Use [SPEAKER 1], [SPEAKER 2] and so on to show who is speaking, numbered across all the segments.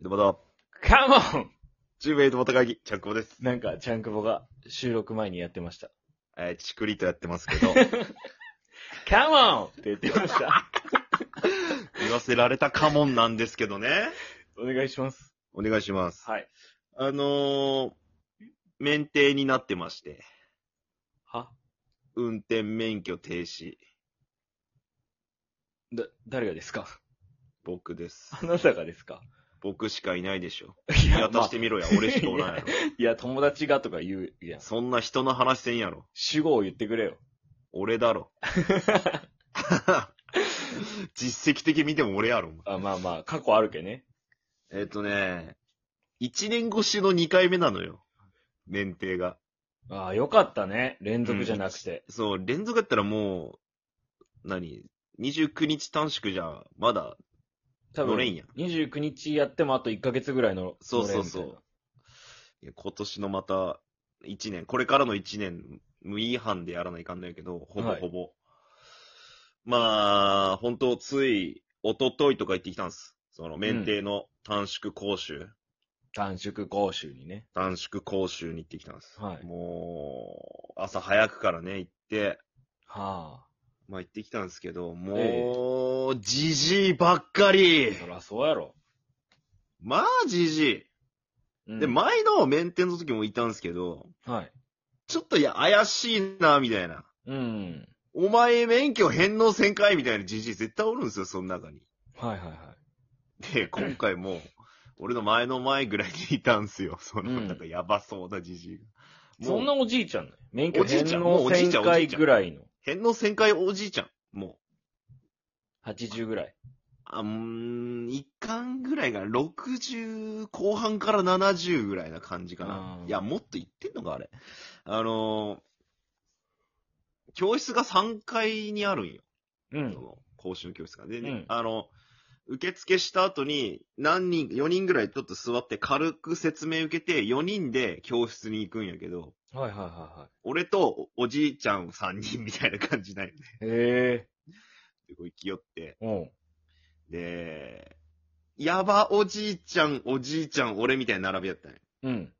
[SPEAKER 1] 井戸端、
[SPEAKER 2] カモン
[SPEAKER 1] チームエイトボタ会議、チャンクボです。
[SPEAKER 2] なんか、ちゃんくぼが収録前にやってま した。
[SPEAKER 1] えー、チクリとやってますけ ど、
[SPEAKER 2] カモンって言ってました。
[SPEAKER 1] 言わせられたカモンなんですけどね。
[SPEAKER 2] お願いします。
[SPEAKER 1] お願いします。
[SPEAKER 2] はい。
[SPEAKER 1] あのー、免停になってまして、
[SPEAKER 2] は
[SPEAKER 1] 運転免許停止、
[SPEAKER 2] だ、誰がですか
[SPEAKER 1] 僕です。
[SPEAKER 2] あなたがですか
[SPEAKER 1] 僕しかいないでしょ。
[SPEAKER 2] い
[SPEAKER 1] 見渡してみろや、
[SPEAKER 2] まあ
[SPEAKER 1] 俺しかおらんやろ。
[SPEAKER 2] いや、友達がとか言うやん。
[SPEAKER 1] そんな人の話せんやろ。
[SPEAKER 2] 主語を言ってくれよ。
[SPEAKER 1] 俺だ ろ。実績的に見ても俺やろ。お前
[SPEAKER 2] あ、まあまあ、過去あるけね。
[SPEAKER 1] えっ、とね、1年越しの2回目なのよ。免停が。
[SPEAKER 2] ああ、よかったね。連続じゃなくて。
[SPEAKER 1] そう、連続やったらもう、何 ?29 日短縮じゃ、まだ
[SPEAKER 2] 多
[SPEAKER 1] 乗れん
[SPEAKER 2] 分、
[SPEAKER 1] やん。
[SPEAKER 2] 29日やってもあと1ヶ月ぐらいの。
[SPEAKER 1] そうそうそう
[SPEAKER 2] 乗れんみたいない
[SPEAKER 1] や今年のまた、1年、これからの1年、無違反でやらないかんないけど、ほぼ
[SPEAKER 2] はい
[SPEAKER 1] ほぼ。まあ、本当つい、一昨日とか行ってきたんです。その、免停の短縮講習、
[SPEAKER 2] 短縮講習にね。
[SPEAKER 1] 短縮講習に行ってきたんです。
[SPEAKER 2] はい
[SPEAKER 1] もう、朝早くからね、行って、
[SPEAKER 2] は
[SPEAKER 1] まあ行ってきたんですけど、
[SPEAKER 2] え
[SPEAKER 1] もう、じじいばっかり
[SPEAKER 2] あ。そらそうやろ。
[SPEAKER 1] まあ、じじい。
[SPEAKER 2] うん
[SPEAKER 1] で、前の面点の時もいたんですけど、
[SPEAKER 2] はい。
[SPEAKER 1] ちょっといや、怪しいな、みたいな。
[SPEAKER 2] うん。
[SPEAKER 1] お前免許返納せんかいみたいなじじい絶対おるんですよ、その中に。
[SPEAKER 2] はいはいは
[SPEAKER 1] で、今回も、俺の前の前ぐらいにいたんすよ。その、
[SPEAKER 2] うん
[SPEAKER 1] なんかやばそうなじじいが。
[SPEAKER 2] い。そんなおじいちゃんね。免許
[SPEAKER 1] おじい
[SPEAKER 2] 返
[SPEAKER 1] ちゃんもう
[SPEAKER 2] 納
[SPEAKER 1] おじいちゃん
[SPEAKER 2] 1000回ぐらいの。
[SPEAKER 1] 返納せんかいおじいちゃん。もう、
[SPEAKER 2] 80ぐらい。
[SPEAKER 1] あ、うーん、一巻ぐらいが60後半から70ぐらいな感じかな
[SPEAKER 2] あ。ー
[SPEAKER 1] いや、もっといってんのか、あれ。あのー教室が3階にあるんよ。
[SPEAKER 2] う
[SPEAKER 1] そ
[SPEAKER 2] ん。
[SPEAKER 1] の、講習教室が。でね、
[SPEAKER 2] うん
[SPEAKER 1] あの、受付した後に、何人、4人ぐらいちょっと座って軽く説明受けて、4人で教室に行くんやけど、
[SPEAKER 2] はいはいはいは
[SPEAKER 1] 俺とおおじいちゃん3人みたいな感じなんよね。
[SPEAKER 2] い。へ
[SPEAKER 1] でこう行き寄って。
[SPEAKER 2] え。うん。
[SPEAKER 1] で、やばおじいちゃん、おじいちゃん、俺みたいな並びやったね。
[SPEAKER 2] うん。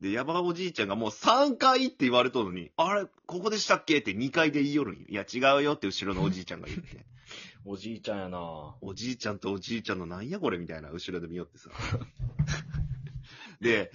[SPEAKER 1] で、やばおじいちゃんがもう3回って言われとるのに、あれ、ここでしたっけって2回で言いよるんよ。いや、違うよって後ろのおじいちゃんが言って。
[SPEAKER 2] おじいちゃんやな
[SPEAKER 1] おじいちゃんとおじいちゃんのなんやこれみたいな、後ろで見よってさ。 で、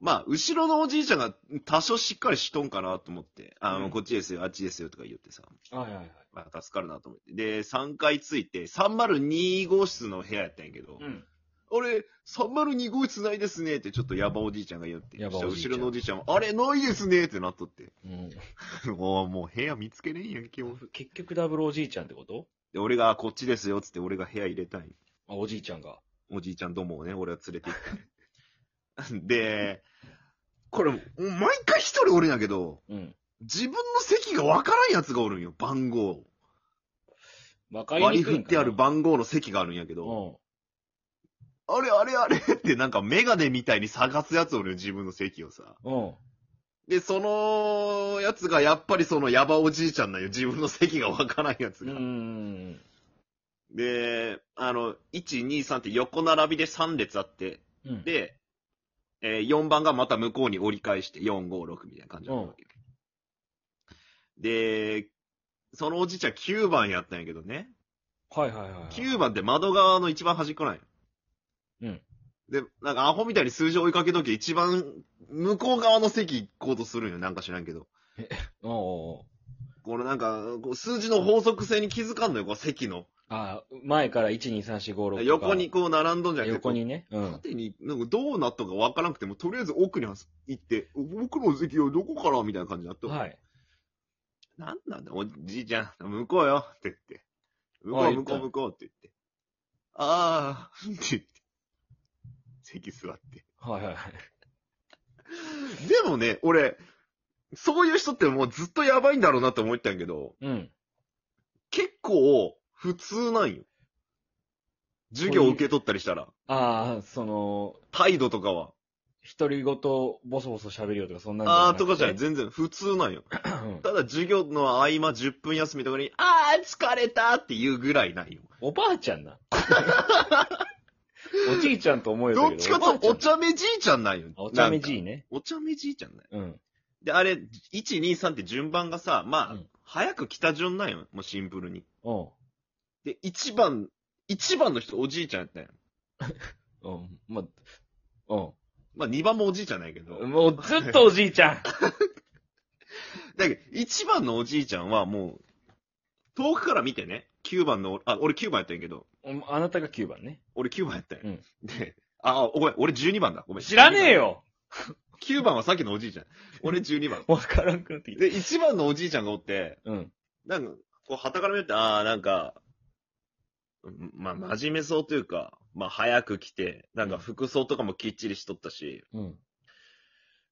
[SPEAKER 1] まあ、後ろのおじいちゃんが多少しっかりしとんかなと思って、あの、
[SPEAKER 2] うん
[SPEAKER 1] こっちですよ、あっちですよとか言ってさ、
[SPEAKER 2] はいはいはい。
[SPEAKER 1] まあ、助かるなと思って。で、3回ついて、302号室の部屋やったんやけど、
[SPEAKER 2] うん。
[SPEAKER 1] あれ、302号室ないですねって、ちょっとヤバおじいちゃんが言って。
[SPEAKER 2] ヤバおじいちゃん
[SPEAKER 1] 後ろのおじいちゃんも、あれ、ないですねってなっとって。
[SPEAKER 2] うん、
[SPEAKER 1] もう、もう部屋見つけれんやん、今 日。
[SPEAKER 2] 結局ダブルおじいちゃんってこと
[SPEAKER 1] で、俺が、あこっちですよ、つって、俺が部屋入れたい。
[SPEAKER 2] あ、おじいちゃんが。
[SPEAKER 1] おじいちゃんどもをね、俺は連れて行って。 で、これ、もう毎回一人おるんやけど、
[SPEAKER 2] うん。
[SPEAKER 1] 自分の席がわからんやつがおるんよ、番号。
[SPEAKER 2] わかり
[SPEAKER 1] 割り
[SPEAKER 2] にくい
[SPEAKER 1] 振っ
[SPEAKER 2] んかな
[SPEAKER 1] てある番号の席があるんやけど、
[SPEAKER 2] うん。
[SPEAKER 1] あれあれあれってなんかメガネみたいに探すやつおるよ、自分の席をさ。
[SPEAKER 2] うん。
[SPEAKER 1] で、その、やつがやっぱりそのヤバおじいちゃんなんよ。自分の席がわからんやつ
[SPEAKER 2] う
[SPEAKER 1] が。
[SPEAKER 2] ん。
[SPEAKER 1] で、あの、1、2、3って横並びで3列あって、
[SPEAKER 2] うん、
[SPEAKER 1] で、えー4番がまた向こうに折り返して、4、5、6みたいな感じだったわけ。で、そのおじいちゃん9番やったんやけどね。
[SPEAKER 2] はいはいはいはい。
[SPEAKER 1] 9番って窓側の一番端っこなんよ。
[SPEAKER 2] うん。
[SPEAKER 1] で、なんかアホみたいに数字追いかけとき一番向こう側の席行こうとするんよ。なんか知らんけど。
[SPEAKER 2] おうおうおう
[SPEAKER 1] これなんか、こう数字の法則性に気づかんのよ、こう席の。
[SPEAKER 2] あ、前から1、2、3、4、5、6。
[SPEAKER 1] 横に。こう並んどんじゃなくて、
[SPEAKER 2] 横にね。う。
[SPEAKER 1] こうん縦に、なんかどうなったかわからなくても、とりあえず奥に走行って、奥の席をどこからみたいな感じになって、
[SPEAKER 2] はい。
[SPEAKER 1] なんなんだ、おじいちゃん、向こうよって言って。向こ
[SPEAKER 2] あ
[SPEAKER 1] う、
[SPEAKER 2] 言
[SPEAKER 1] 向
[SPEAKER 2] っ
[SPEAKER 1] こ
[SPEAKER 2] た
[SPEAKER 1] う、向こうって言って。あー、って言って。席座って。
[SPEAKER 2] はいはいはい。
[SPEAKER 1] でもね、俺、そういう人ってもうずっとやばいんだろうなって思ったんやけど、
[SPEAKER 2] うん。
[SPEAKER 1] 結構、普通なんよ。授業を受け取ったりしたら。
[SPEAKER 2] ああ、その、
[SPEAKER 1] 態度とかは。
[SPEAKER 2] 独り言ボソボソ喋るよとかそんなんじゃ
[SPEAKER 1] あ
[SPEAKER 2] な
[SPEAKER 1] ー
[SPEAKER 2] く
[SPEAKER 1] とかじゃない。
[SPEAKER 2] て
[SPEAKER 1] 全然普通なんよ。
[SPEAKER 2] うん
[SPEAKER 1] ただ授業の合間10分休みとか に、あー疲れたっていうぐらいなんよ。
[SPEAKER 2] おばあちゃんな。おじいちゃんと思えた
[SPEAKER 1] ど
[SPEAKER 2] けど。
[SPEAKER 1] っちかとお
[SPEAKER 2] おばあち
[SPEAKER 1] 茶目じいちゃんなんよ。
[SPEAKER 2] ゃんお茶目
[SPEAKER 1] なん
[SPEAKER 2] じ
[SPEAKER 1] か
[SPEAKER 2] いね。
[SPEAKER 1] お茶目じいちゃんなんよ
[SPEAKER 2] うん。
[SPEAKER 1] で、あれ、1、2、3って順番がさ、まあ、
[SPEAKER 2] うん
[SPEAKER 1] 早く来た順なんよ。もうシンプルに。
[SPEAKER 2] うん。
[SPEAKER 1] で、1番、1番の人おじいちゃんやったんよ。
[SPEAKER 2] うん。まあ、うん。
[SPEAKER 1] まあ、2番もおじいちゃんなんやけど。
[SPEAKER 2] もうずっとおじいちゃん。
[SPEAKER 1] だけど、1番のおじいちゃんはもう、遠くから見てね、9番の、あ、俺9番やったんやけど、
[SPEAKER 2] うんあなたが9番ね。
[SPEAKER 1] 俺9番やったんや。
[SPEAKER 2] うん
[SPEAKER 1] で、あ、ごめん、俺12番だ。ごめん。
[SPEAKER 2] 知らねえよ
[SPEAKER 1] 12番。9番はさっきのおじいちゃん。俺12番。
[SPEAKER 2] わからんくなってきた。
[SPEAKER 1] で、1番のおじいちゃんがおって、
[SPEAKER 2] うん。
[SPEAKER 1] なんか、こう、旗から見ると、ああ、なんか、うんまあ、真面目そうというか、まあ、早く来て、なんか服装とかもきっちりしとったし、
[SPEAKER 2] うん。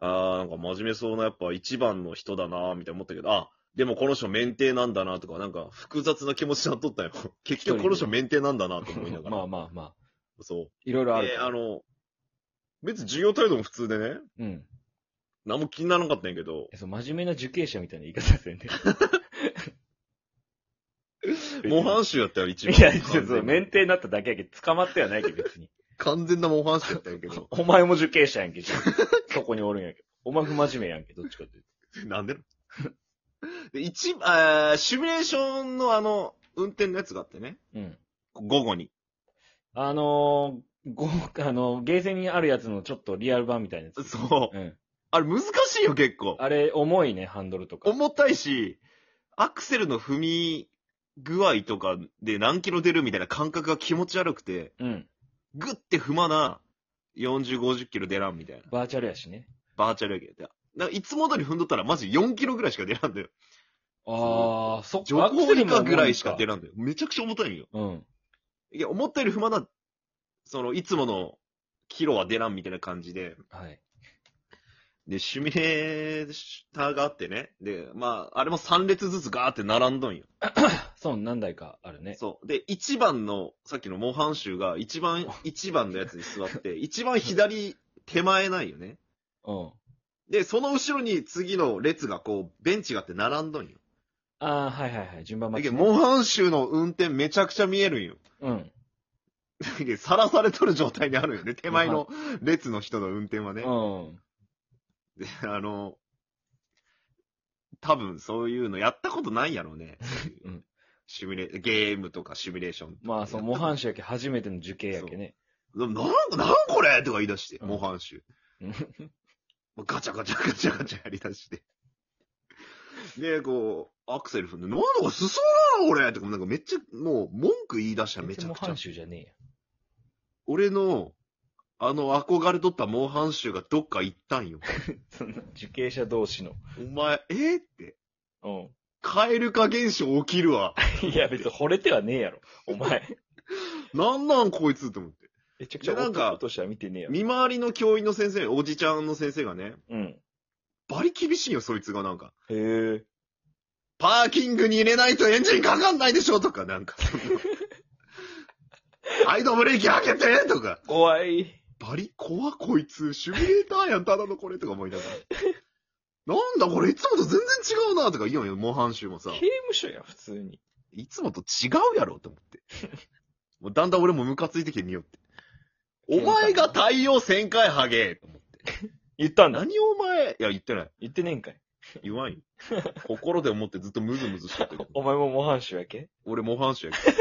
[SPEAKER 1] ああ、なんか真面目そうな、やっぱ一番の人だな、みたいな思ったけど、あ、でもこの人免停なんだな、とか、なんか複雑な気持ちになっとった よ。結局この人免停なんだな、と思いながら。
[SPEAKER 2] まあまあまあ。
[SPEAKER 1] そう。
[SPEAKER 2] いろいろある。
[SPEAKER 1] で、あの、別に授業態度も普通でね、
[SPEAKER 2] うん。
[SPEAKER 1] 何も気にならなかったんやけど、
[SPEAKER 2] えそう、真面目な受刑者みたいな言い方せ んで。
[SPEAKER 1] 模範囚やったよ、一番。
[SPEAKER 2] いや、そうそう、
[SPEAKER 1] 完全に
[SPEAKER 2] 免停になっただけやけど、捕まってはないけど、別に。。
[SPEAKER 1] 完全な模範囚やったんやけど
[SPEAKER 2] お前も受刑者やんけ、じゃあそこにおるんやけど。お前不真面目やんけ、どっちかってい う
[SPEAKER 1] なんでの で、一、あーシミュレーションのあの、運転のやつがあってね、
[SPEAKER 2] と。うん。
[SPEAKER 1] 午後に。
[SPEAKER 2] あのー、ご、あのー、ゲーセンにあるやつのちょっとリアル版みたいなやつ。
[SPEAKER 1] そう。
[SPEAKER 2] うん。
[SPEAKER 1] あれ難しいよ、結構。
[SPEAKER 2] あれ、重いね、ハンドルとか。
[SPEAKER 1] 重たいし、アクセルの踏み具合とかで何キロ出るみたいな感覚が気持ち悪くて、
[SPEAKER 2] うん。
[SPEAKER 1] グッて踏まな、40、50キロ出らんみたいな。
[SPEAKER 2] バーチャルやしね。
[SPEAKER 1] バーチャルやけど。だからいつも通り踏んどったらマジ4キロぐらいしか出らんだよ。
[SPEAKER 2] ああ、そっ
[SPEAKER 1] 徐行以下ぐらいしか出らんだよ。めちゃくちゃ重たいんよ。
[SPEAKER 2] うん。
[SPEAKER 1] いや、思ったより踏まな、その、いつものキロは出らんみたいな感じで。
[SPEAKER 2] はい。
[SPEAKER 1] で、シミュレーターがあってね。で、まあ、あれも3列ずつガーって並んどんよ。
[SPEAKER 2] そう、何台かあるね。
[SPEAKER 1] そう。で、1番の、さっきの模範囚が、一番、一番のやつに座 って、一番左手前ないよね。
[SPEAKER 2] うん。
[SPEAKER 1] で、その後ろに次の列がこう、ベンチがあって並んどんよ。
[SPEAKER 2] ああ、はいはいはい。順番
[SPEAKER 1] だ
[SPEAKER 2] 待
[SPEAKER 1] け
[SPEAKER 2] ち
[SPEAKER 1] ど、
[SPEAKER 2] ね、
[SPEAKER 1] 模範囚の運転めちゃくちゃ見えるんよ。
[SPEAKER 2] うん。
[SPEAKER 1] だけどさらされとる状態にあるよね。手前の列の人の運転はね。
[SPEAKER 2] うん。
[SPEAKER 1] で、 あの、多分そういうのやったことないんやろうね。
[SPEAKER 2] うん
[SPEAKER 1] シミュレ、ゲームとかシミュレーションとか。
[SPEAKER 2] まあ、そう、模範囚やけ、初めての受刑やけね。
[SPEAKER 1] でもなんか、なんこれとか言い出して、
[SPEAKER 2] うん
[SPEAKER 1] 模範囚。
[SPEAKER 2] うん
[SPEAKER 1] もうガチャガチャガチャガチャやり出して。で、こう、アクセル踏んで、なんだか進まないな、俺とか、なんかめっちゃ、もう、文句言い出したらめちゃ
[SPEAKER 2] 全然模
[SPEAKER 1] くちゃ
[SPEAKER 2] 範。囚じゃねえや。
[SPEAKER 1] 俺の、あの、憧れとった模範囚がどっか行ったんよ。
[SPEAKER 2] そんな受刑者同士の。
[SPEAKER 1] お前、えーって、
[SPEAKER 2] う
[SPEAKER 1] カエル化現象起きるわ。
[SPEAKER 2] ん。いや、別に惚れてはねえやろ。お前。
[SPEAKER 1] なんなんこいつと思って。
[SPEAKER 2] めちゃくちゃ
[SPEAKER 1] いやなんか
[SPEAKER 2] 男としては見てねえやろ。
[SPEAKER 1] 見回りの教員の先生、おじちゃんの先生がね、
[SPEAKER 2] うん。
[SPEAKER 1] バリ厳しいよ、そいつがなんか。
[SPEAKER 2] へえ。
[SPEAKER 1] パーキングに入れないとエンジンかかんないでしょとか、なんかその。ハイドブレーキ開けてとか。
[SPEAKER 2] 怖い。
[SPEAKER 1] バリ怖こいつ、シミュレーターやん、ただのこれとか思いながら。なんだこれ、いつもと全然違うなとか言うよ、模範囚もさ
[SPEAKER 2] 刑。務所や、普通に。
[SPEAKER 1] いつもと違うやろと思って。もうだんだん俺もムカついてきてみようって。お前が太陽旋回ハゲと思って
[SPEAKER 2] 言ったんだ。
[SPEAKER 1] 何をお前、いや言ってない。
[SPEAKER 2] 言ってねえんかい。
[SPEAKER 1] 言わんよ。心で思ってずっとムズムズしとったけ ど。
[SPEAKER 2] お前も模範囚やけ
[SPEAKER 1] 俺模範囚やけど。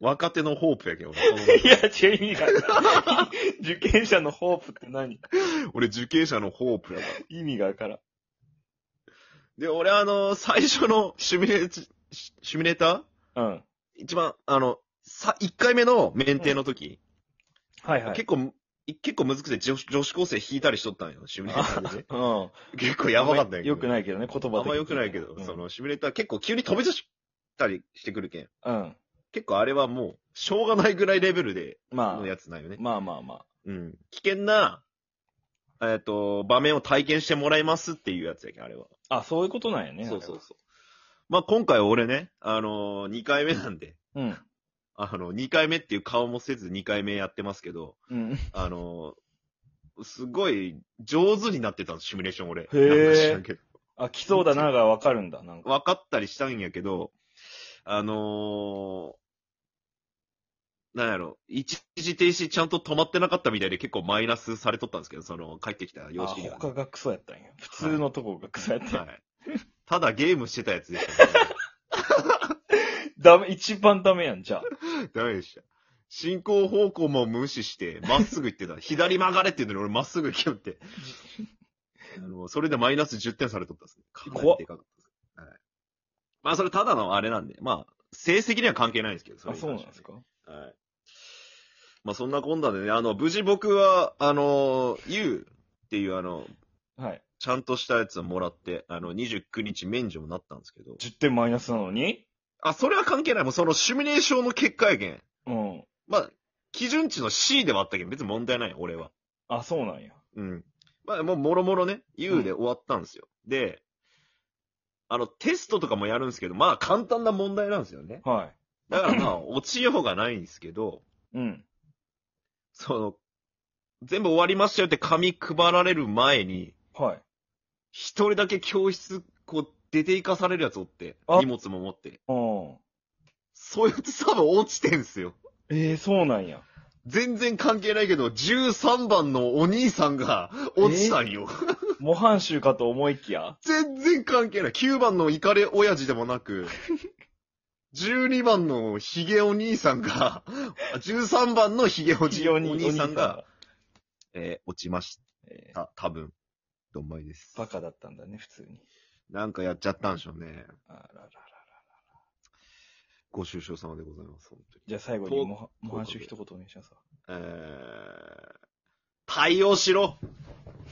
[SPEAKER 1] 若手のホープやけど、俺その
[SPEAKER 2] いや、違う意味がわからん。 受刑者のホープって何
[SPEAKER 1] 俺受刑者のホープやから。
[SPEAKER 2] 意味がわからん。
[SPEAKER 1] で、俺あの、最初のシミュレーチ、シシミュレーター
[SPEAKER 2] うん。
[SPEAKER 1] 一番、あの、さ、1回目の免停の時、
[SPEAKER 2] はいはい。
[SPEAKER 1] 結構、い結構むずくて女子女子高生引いたりしとったんよ、シミュレーターでね。
[SPEAKER 2] うん。
[SPEAKER 1] 結構やばかったんやけど。
[SPEAKER 2] よくないけどね、言葉的に
[SPEAKER 1] あんま良くないけど、
[SPEAKER 2] うん
[SPEAKER 1] そのシミュレーター結構急に飛び出したりしてくるけん。
[SPEAKER 2] うん。
[SPEAKER 1] 結構あれはもう、しょうがないぐらいレベルで、
[SPEAKER 2] ま
[SPEAKER 1] の
[SPEAKER 2] あ、
[SPEAKER 1] やつなんよね。
[SPEAKER 2] まあまあま
[SPEAKER 1] うん。危険な、えっ、と、場面を体験してもらいますっていうやつやけん、あれは。
[SPEAKER 2] あ。あ、そういうことなんやね。
[SPEAKER 1] そうそうそう。まあ、今回は俺ね、あのー、2回目なんで、
[SPEAKER 2] あれは。
[SPEAKER 1] あの、2回目っていう顔もせず2回目やってますけど、
[SPEAKER 2] うん。うん。
[SPEAKER 1] あのー、すごい上手になってたの、シミュレーション俺。
[SPEAKER 2] へー
[SPEAKER 1] なんか知らんけど
[SPEAKER 2] あ、来そうだながわかるんだ、なんか。
[SPEAKER 1] 分かったりしたんやけど、あのーなんやろ、一時停止ちゃんと止まってなかったみたいで結構マイナスされとったんですけど、その、帰ってきた様
[SPEAKER 2] あ
[SPEAKER 1] 式にはね、
[SPEAKER 2] 他がクソやったんや。普通のとこがクソやったんや。
[SPEAKER 1] はい。ただゲームしてたやつでした、ね。
[SPEAKER 2] ダメ、一番ダメやん、じゃあ。
[SPEAKER 1] ダメでした。進行方向も無視して、まっすぐ行ってた。左曲がれっていうのに俺まっすぐ行きよって。あの、それでマイナス10点されとったんですね。かなり
[SPEAKER 2] 怖っ
[SPEAKER 1] でかかったです。はい。まあそれただのあれなんで、まあ、成績には関係ないんですけど、れ
[SPEAKER 2] あ、
[SPEAKER 1] に
[SPEAKER 2] そう
[SPEAKER 1] 関
[SPEAKER 2] なん
[SPEAKER 1] してはね
[SPEAKER 2] ですか
[SPEAKER 1] はい。まあそんなこんなでね、あの、無事僕は、あの、U っていうあの、
[SPEAKER 2] はい。
[SPEAKER 1] ちゃんとしたやつをもらって、あの、29日免除もなったんですけど。
[SPEAKER 2] 10点マイナスなのに
[SPEAKER 1] あ、それは関係ない。もうそのシミュレーションの結果やけん。
[SPEAKER 2] うん。
[SPEAKER 1] まあ、基準値の C ではあったけど、別に問題ない、俺は。
[SPEAKER 2] あ、そうなんや。
[SPEAKER 1] うん。まあ、もう、もろもろね、U で終わったんですよ。で、あの、テストとかもやるんですけど、まあ、簡単な問題なんですよね。
[SPEAKER 2] は
[SPEAKER 1] だからまあ、落ちようがないんですけど、
[SPEAKER 2] い。うん。
[SPEAKER 1] その、全部終わりましたよって紙配られる前に、
[SPEAKER 2] はい。
[SPEAKER 1] 一人だけ教室、こう、出て行かされるやつおって、
[SPEAKER 2] あ
[SPEAKER 1] 荷物も持って。
[SPEAKER 2] うん。
[SPEAKER 1] そういうやつ多分落ちてんすよ。
[SPEAKER 2] ええそうなんや。
[SPEAKER 1] 全然関係ないけど、13番のお兄さんが落ちたんよ。
[SPEAKER 2] 模範集かと思いきや。
[SPEAKER 1] 全然関係ない。9番のイカレ親父でもな く、12番のヒゲお兄さんが、あ13番のヒゲおじお兄さんが、。えー落ちまし
[SPEAKER 2] えー
[SPEAKER 1] た。多分。どんまいです。
[SPEAKER 2] バカだったんだね、普通に。
[SPEAKER 1] なんかやっちゃったんでしょうね。
[SPEAKER 2] あららららら。
[SPEAKER 1] ご愁傷様でございます、本当に。
[SPEAKER 2] じゃあ最後に模範模範集一言お願いしますわ。
[SPEAKER 1] えー、対応しろ